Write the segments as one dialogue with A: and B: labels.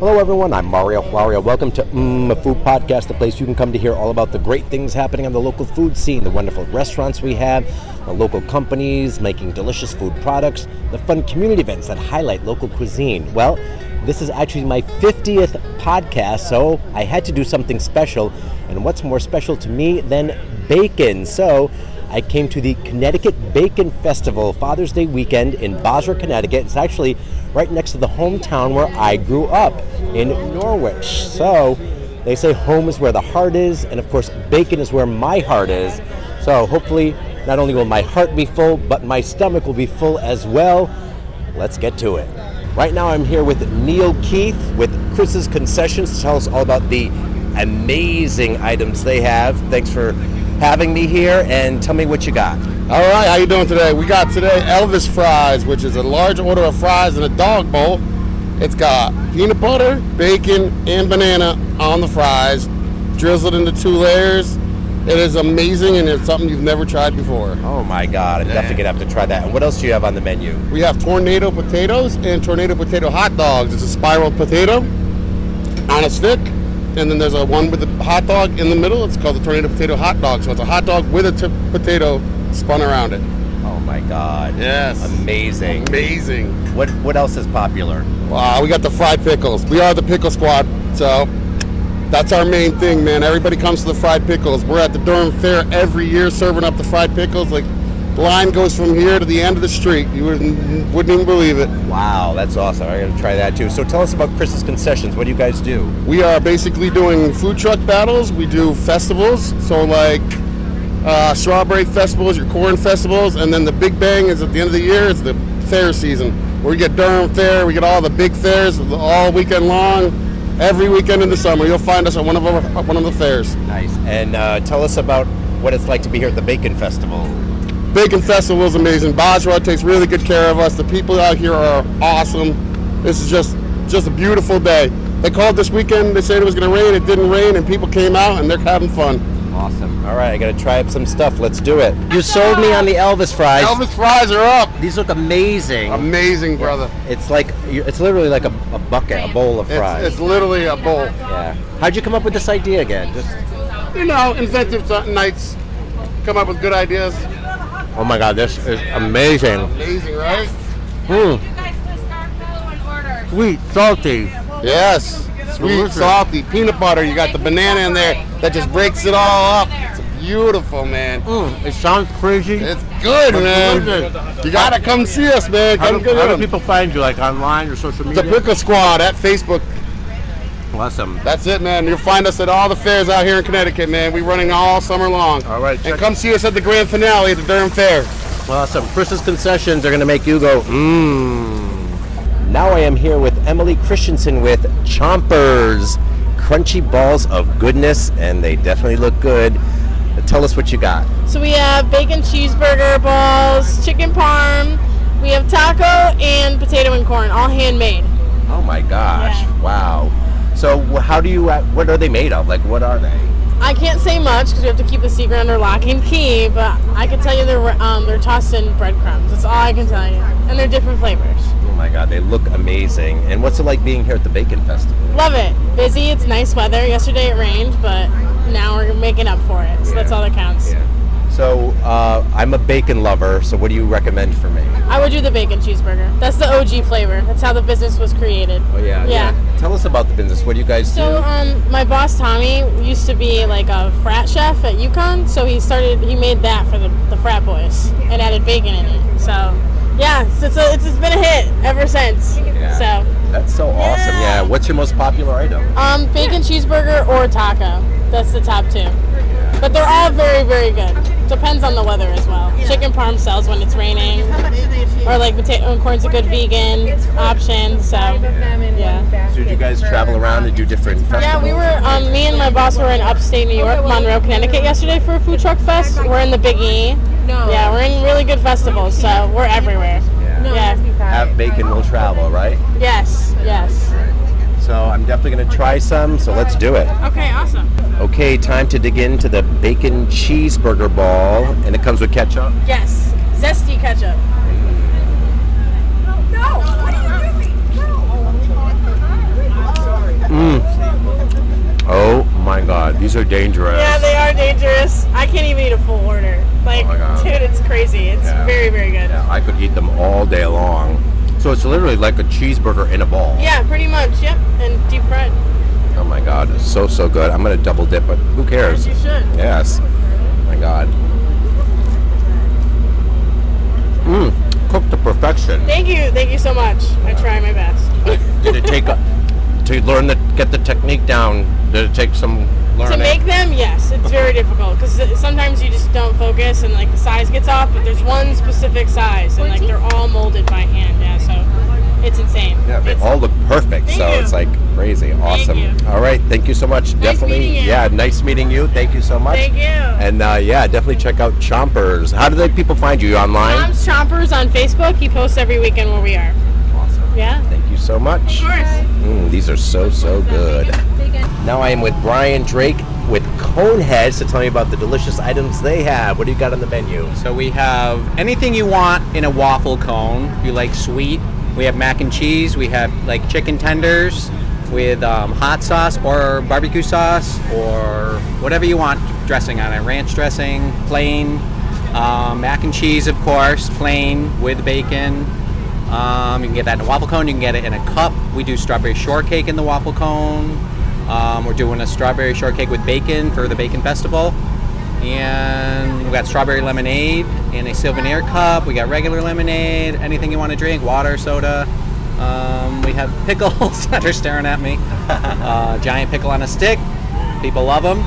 A: Hello, everyone. I'm Mario Huario. Welcome to Mmm, a Food Podcast, the place you can come to hear all about the great things happening on the local food scene, the wonderful restaurants we have, the local companies making delicious food products, the fun community events that highlight local cuisine. Well, this is actually my 50th podcast, so I had to do something special. And what's more special to me than bacon? So I came to the Connecticut Bacon Festival Father's Day weekend in Basra, Connecticut. It's actually right next to the hometown where I grew up in Norwich. So they say home is where the heart is, and of course, bacon is where my heart is. So hopefully, not only will my heart be full, but my stomach will be full as well. Let's get to it. Right now, I'm here with Neil Keith with Chris's Concessions to tell us all about the amazing items they have. Thanks for having me here, and tell me what you got.
B: All right, how you doing today? We got today Elvis fries, which is a large order of fries in a dog bowl. It's got peanut butter, bacon, and banana on the fries, drizzled into two layers. It is amazing, and it's something you've never tried before.
A: Oh my God! I'm definitely gonna have to try that. And what else do you have on the menu?
B: We have tornado potatoes and tornado potato hot dogs. It's a spiral potato on a stick, and then there's a one with a hot dog in the middle. It's called the tornado potato hot dog. So it's a hot dog with a t- potato spun around it.
A: Oh my God!
B: Yes.
A: Amazing.
B: Amazing.
A: What What else is popular?
B: Wow, Uh, we got the fried pickles. We are the pickle squad, so that's our main thing, man. Everybody comes to the fried pickles. We're at the Durham Fair every year serving up the fried pickles. Like, the line goes from here to the end of the street. You wouldn't, wouldn't even believe it.
A: Wow, that's awesome. I'm gonna try that too. So tell us about Chris's Concessions. What do you guys do?
B: We are basically doing food truck battles. We do festivals, so like uh, strawberry festivals, your corn festivals, and then the big bang is at the end of the year. It's the fair season where we get Durham Fair, we get all the big fairs all weekend long. Every weekend in the summer, you'll find us at one of our, at one of the fairs.
A: Nice. And uh, tell us about what it's like to be here at the Bacon Festival.
B: Bacon Festival is amazing. Basra takes really good care of us. The people out here are awesome. This is just just a beautiful day. They called this weekend. They said it was going to rain. It didn't rain, and people came out and they're having fun.
A: Awesome. All right, I gotta try up some stuff. Let's do it. You sold me on the Elvis fries.
B: Elvis fries are up.
A: These look amazing.
B: Amazing, brother.
A: It's like it's literally like a, a bucket, a bowl of fries.
B: It's, it's literally a bowl.
A: yeah. How'd you come up with this idea again? Just
B: You know, inventive t- nights. Come up with good ideas.
A: oh my God, this is amazing.
B: Amazing, right?
A: Mm,
C: You guys to Scarpello and order.
A: sweet, salty.
B: Yes. Sweet,
A: Delicious.
B: salty peanut butter. You got the banana in there that just breaks it all up. It's beautiful, man.
A: Mm, it sounds crazy.
B: It's good, man.
D: delicious.
B: You gotta come see us, man.
D: How
B: Come
D: do, how do
B: get them.
D: people find you, like online or social
B: The
D: media?
B: Pickle Squad at Facebook.
A: Awesome.
B: That's it, man. You'll find us at all the fairs out here in Connecticut, man. We're running all summer long.
D: All right,
B: And
D: check-
B: come see us at the grand finale at the Durham Fair.
A: Awesome. Chris's concessions are going to make you go, mmm. Now I am here with Emily Christensen with Chompers. Crunchy balls of goodness, and they definitely look good. Tell us what you got.
E: So we have bacon cheeseburger balls, chicken parm, we have taco and potato and corn, all handmade.
A: Oh my gosh.
E: Yeah.
A: Wow. So, wh- how do you, uh, what are they made of? Like, what are they?
E: I can't say much because we have to keep the secret under lock and key, but I can tell you they're um, they're tossed in breadcrumbs. That's all I can tell you, and they're different flavors.
A: Oh my God, they look amazing. And what's it like being here at the Bacon Festival?
E: Love it. Busy. It's nice weather. Yesterday it rained, but now we're making up for it. So that's all that counts.
A: So, uh, I'm a bacon lover, so what do you recommend for me?
E: I would do the bacon cheeseburger. That's the OG flavor. That's how the business was created.
A: Oh, yeah.
E: Yeah.
A: Tell us about the business. What do you guys do?
E: So um, my boss Tommy used to be like a frat chef at UConn, so he started he made that for the, the frat boys and added bacon in it. So yeah, so it's, a, it's, it's been a hit ever since.
A: Yeah.
E: So
A: That's so awesome. Yeah.
E: Yeah.
A: What's your most popular item?
E: um, bacon cheeseburger or taco, that's the top two. But they're all very very good. Depends on the weather as well. Chicken parm sells when it's raining,
F: How much do they achieve?
E: or like potato and corn's a good vegan option. So yeah,
A: So did you guys travel around and do different festivals?
E: yeah, we were. Um, me and my boss were in upstate New York, Monroe, Connecticut yesterday for a food truck fest. We're in the Big E.
F: No.
E: Yeah, we're in really good festivals, so we're everywhere.
F: No,
E: Yeah.
F: it must be five.
A: Have bacon, we'll travel, right?
E: Yes, yes.
A: So I'm definitely gonna try some. So let's do it.
E: Okay, awesome.
A: Okay, time to dig into the bacon cheeseburger ball, and it comes with ketchup.
E: Yes, zesty ketchup.
A: Oh my God, these are dangerous.
E: Yeah, they are dangerous. I can't even eat a full order. Like,
A: Oh my God.
E: dude, it's crazy. It's
A: Yeah.
E: very, very good. Yeah.
A: Yeah, I could eat them all day long. So it's literally like a cheeseburger in a ball.
E: pretty much. Yep, and deep fried.
A: Oh my God, it's so so good. I'm gonna double dip, but who cares?
E: As you should.
A: Yes. Oh my God. Mmm, cooked to perfection.
E: Thank you, thank you so much. I try my best.
A: Did it take a, to learn the get the technique down? Did it take some
E: to
A: learning?
E: make them, yes, it's very difficult because sometimes you just don't focus and like the size gets off. But there's one specific size, and like they're all molded by hand. Yeah, so it's insane.
A: yeah, they
E: It's-
A: all look perfect.
E: Thank
A: So
E: you.
A: it's like crazy, awesome.
E: you.
A: All right, thank you so much. definitely,
E: meeting you.
A: yeah, nice meeting you. Thank you so much.
E: Thank you.
A: And uh, yeah, definitely check out Chompers. How do the people find you online?
E: Tom's Chompers on Facebook. He posts every weekend where we are.
A: Awesome.
E: Yeah.
A: Thank you so much.
E: Of course.
A: Mm, these are so so good. Now I am with Brian Drake with Coneheads to tell me about the delicious items they have. What do you got on the menu?
G: So we have anything you want in a waffle cone. If you like sweet, we have mac and cheese. We have like chicken tenders with um, hot sauce or barbecue sauce or whatever you want dressing on it. Ranch dressing, plain um, mac and cheese, of course, plain with bacon. Um, you can get that in a waffle cone. You can get it in a cup. We do strawberry shortcake in the waffle cone. Um, we're doing a strawberry shortcake with bacon for the bacon festival. And we got strawberry lemonade in a souvenir cup. We got regular lemonade, anything you want to drink, water, soda. Um, we have pickles that are staring at me. Uh, giant pickle on a stick. People love them.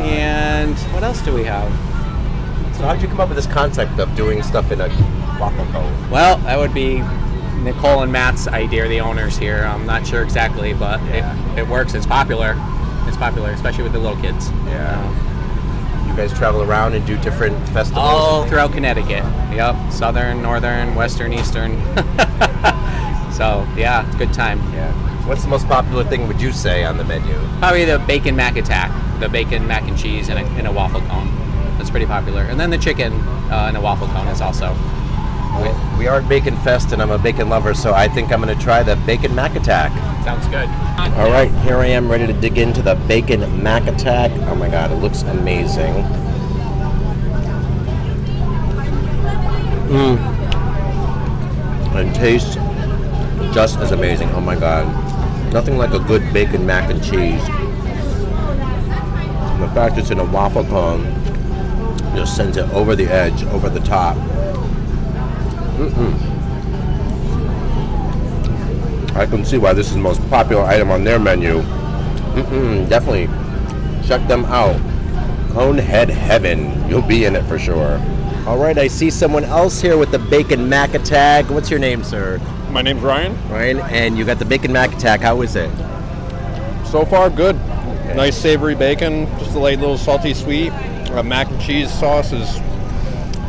G: and what else do we have?
A: So how did you come up with this concept of doing stuff in a waffle cone?
G: Well, that would be Nicole and Matt's idea, the owners here. I'm not sure exactly, but it, it works. It's popular. It's popular, especially with the little kids.
A: Yeah. You guys travel around and do different festivals.
G: all throughout Connecticut. Yep, southern, northern, western, eastern. so yeah, good time.
A: Yeah. What's the most popular thing would you say on the menu?
G: Probably the bacon mac attack, the bacon mac and cheese in a, in a waffle cone. That's pretty popular. And then the chicken uh, in a waffle cone is also.
A: Well, we are at Bacon Fest, and I'm a bacon lover, so I think I'm going to try the bacon mac attack.
G: Sounds good.
A: All right, here I am, ready to dig into the bacon mac attack. Oh my god, it looks amazing. Mm. And Mm. tastes just as amazing. Oh my god, nothing like a good bacon mac and cheese. And the fact it's in a waffle cone just sends it over the edge, over the top. I can see why this is the most popular item on their menu. Mm-mm, definitely check them out. Conehead Heaven. You'll be in it for sure. All right, I see someone else here with the bacon mac attack. What's your name, sir?
H: My name's Ryan.
A: Ryan, and you got the bacon mac attack. How is it?
H: So far, good. Nice savory bacon, just a light little salty sweet. Uh, mac and cheese sauce is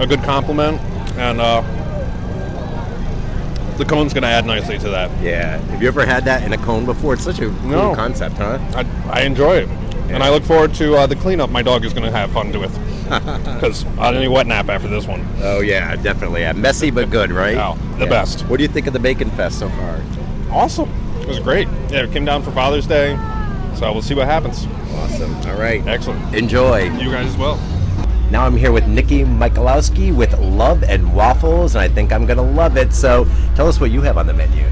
H: a good complement, and uh, the cone's going to add nicely to that.
A: Yeah. Have you ever had that in a cone before? It's such a cool
H: No.
A: concept, huh?
H: I, I enjoy it, and I look forward to uh, the cleanup my dog is going to have fun with. Because I need a wet nap after this one.
A: Oh yeah, definitely. Yeah. Messy but good, right?
H: Oh, the best.
A: What do you think of the bacon fest so far?
H: Awesome. It was great. Yeah, it came down for Father's Day, so we'll see what happens.
A: Awesome. All right.
H: Excellent.
A: Enjoy.
H: You guys as well.
A: Now I'm here with Nikki Michalowski with Love and Waffles, and I think I'm gonna love it. So tell us what you have on the menu.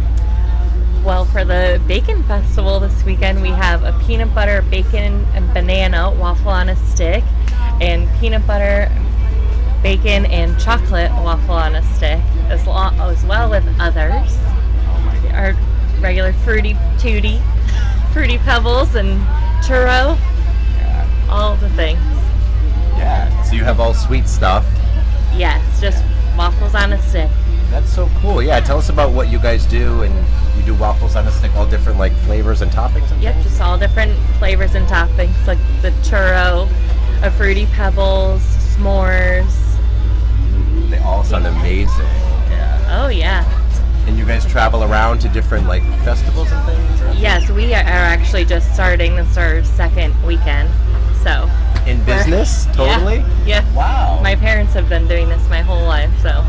I: Well, for the Bacon Festival this weekend, we have a peanut butter, bacon, and banana waffle on a stick, and peanut butter, bacon, and chocolate waffle on a stick, as, lo- as well with others. Our regular fruity tooty, fruity pebbles, and churro, all the things.
A: Yeah, it So you have all sweet stuff.
I: Yes, just waffles on a stick.
A: That's so cool. Yeah, tell us about what you guys do, and you do waffles on a stick, all different like flavors and toppings. And
I: Yep, just all different flavors and toppings, like the churro, a fruity pebbles, s'mores.
A: they all sound amazing. Yeah.
I: Oh yeah.
A: And you guys travel around to different like festivals and things. or-
I: Yes, we are actually just starting this our second weekend. So
A: In
I: we're-
A: business,
I: Yeah,
A: totally.
I: Yeah.
A: Wow.
I: My parents have been doing this my whole life, so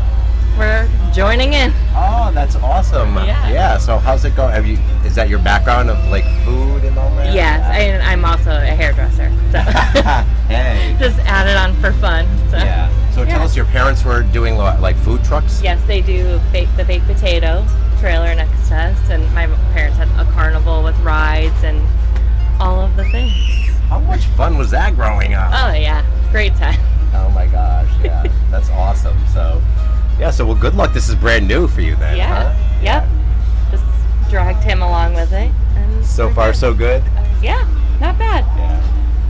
I: we're joining in.
A: Oh, that's awesome.
I: Yeah.
A: Yeah. So how's it going? Have you? Is that your background of like food and all that?
I: Yes, and I'm also a hairdresser, so
A: Hey.
I: just added on for fun. So.
A: Yeah. So tell
I: Yeah.
A: us, your parents were doing lo- like food trucks.
I: Yes, they do bake the baked potato trailer next to us, and my parents had a carnival with rides and all of the things.
A: How much fun was that growing up?
I: Oh yeah, great time.
A: Oh my gosh, yeah, that's awesome. So, yeah, so well, good luck. This is brand new for you then.
I: yeah,
A: huh?
I: Uh-huh. yep. Just dragged him along with it, and uh,
A: So far, so good.
I: yeah, not bad.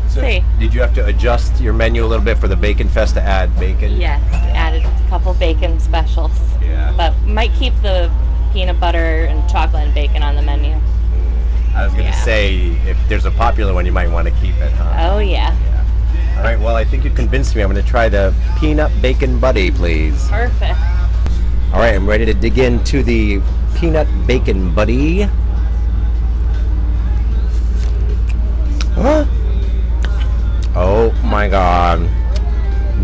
A: So
I: See.
A: Did you have to adjust your menu a little bit for the Bacon Fest to add bacon?
I: Yes, added a couple bacon specials,
A: Yeah.
I: but might keep the peanut butter and chocolate and bacon on the menu.
A: I was gonna
I: Yeah.
A: say if there's a popular one, you might want to keep it, huh?
I: Oh yeah,
A: All right. Well, I think you convinced me. I'm gonna try the peanut bacon buddy, please.
I: perfect.
J: All right, I'm ready to dig into the peanut bacon buddy. Huh?
A: Oh my god.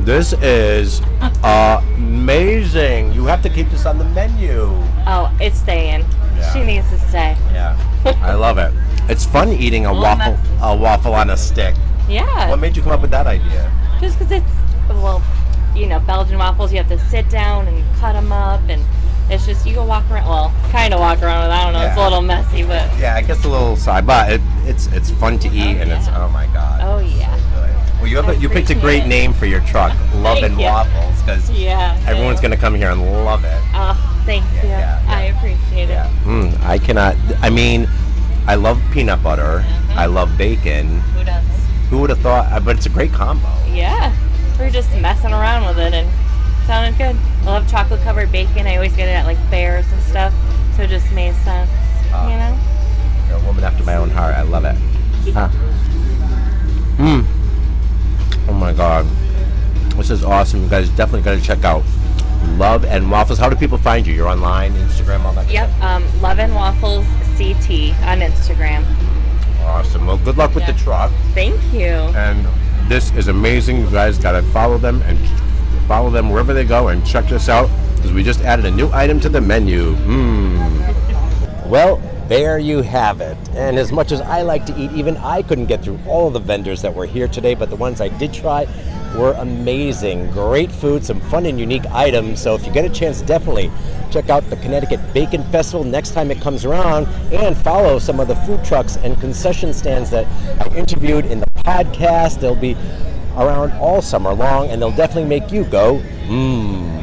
A: This is amazing. You have to keep this on the menu.
I: Oh, it's staying.
A: Yeah.
I: She needs to stay.
A: Yeah, I love it. It's fun eating a
I: Well,
A: waffle a waffle on a stick.
I: Yeah.
A: What made you come up with that idea?
I: Just because it's, well, you know, Belgian waffles, you have to sit down and cut them up, and it's just, you go walk around, well, kind of walk around with, I don't know, it's a
A: Yeah.
I: little messy, but
A: Yeah, I guess a little side, but it, it's it's fun to eat, and it's oh my god.
I: oh yeah.
A: Well, you have a, you picked a great name for your truck, Love and
I: you.
A: Waffles, because
I: Yeah.
A: everyone's gonna come here and love it.
I: Oh, thank you. I appreciate it.
A: Mm, I cannot. I mean, I love peanut butter. I love bacon.
I: Who does?
A: Who would have thought? uh, But it's a great combo.
I: Yeah. We're just messing around with it, and sounded good. I love chocolate covered bacon. I always get it at like fairs and stuff, so it just made sense,
A: Uh.
I: you know?
A: You're a woman after my own heart. I love it. Huh. Mm. Oh my god. This is awesome. You guys definitely gotta check out Love and Waffles. How do people find you? You're online, Instagram, all that
I: Yep. Um, Love and Waffles CT on Instagram.
A: stuff? Awesome. Well good luck with the truck.
I: Thank you.
A: And this is amazing. You guys gotta follow them and follow them wherever they go and check this out. Because we just added a new item to the menu. Mmm.
J: Well, there you have it. And as much as I like to eat, even I couldn't get through all the vendors that were here today, but the ones I did try were amazing. Great food, some fun and unique items. So if you get a chance, definitely check out the Connecticut Bacon Festival next time it comes around and follow some of the food trucks and concession stands that I interviewed in the podcast. They'll be around all summer long and they'll definitely make you go, mmm.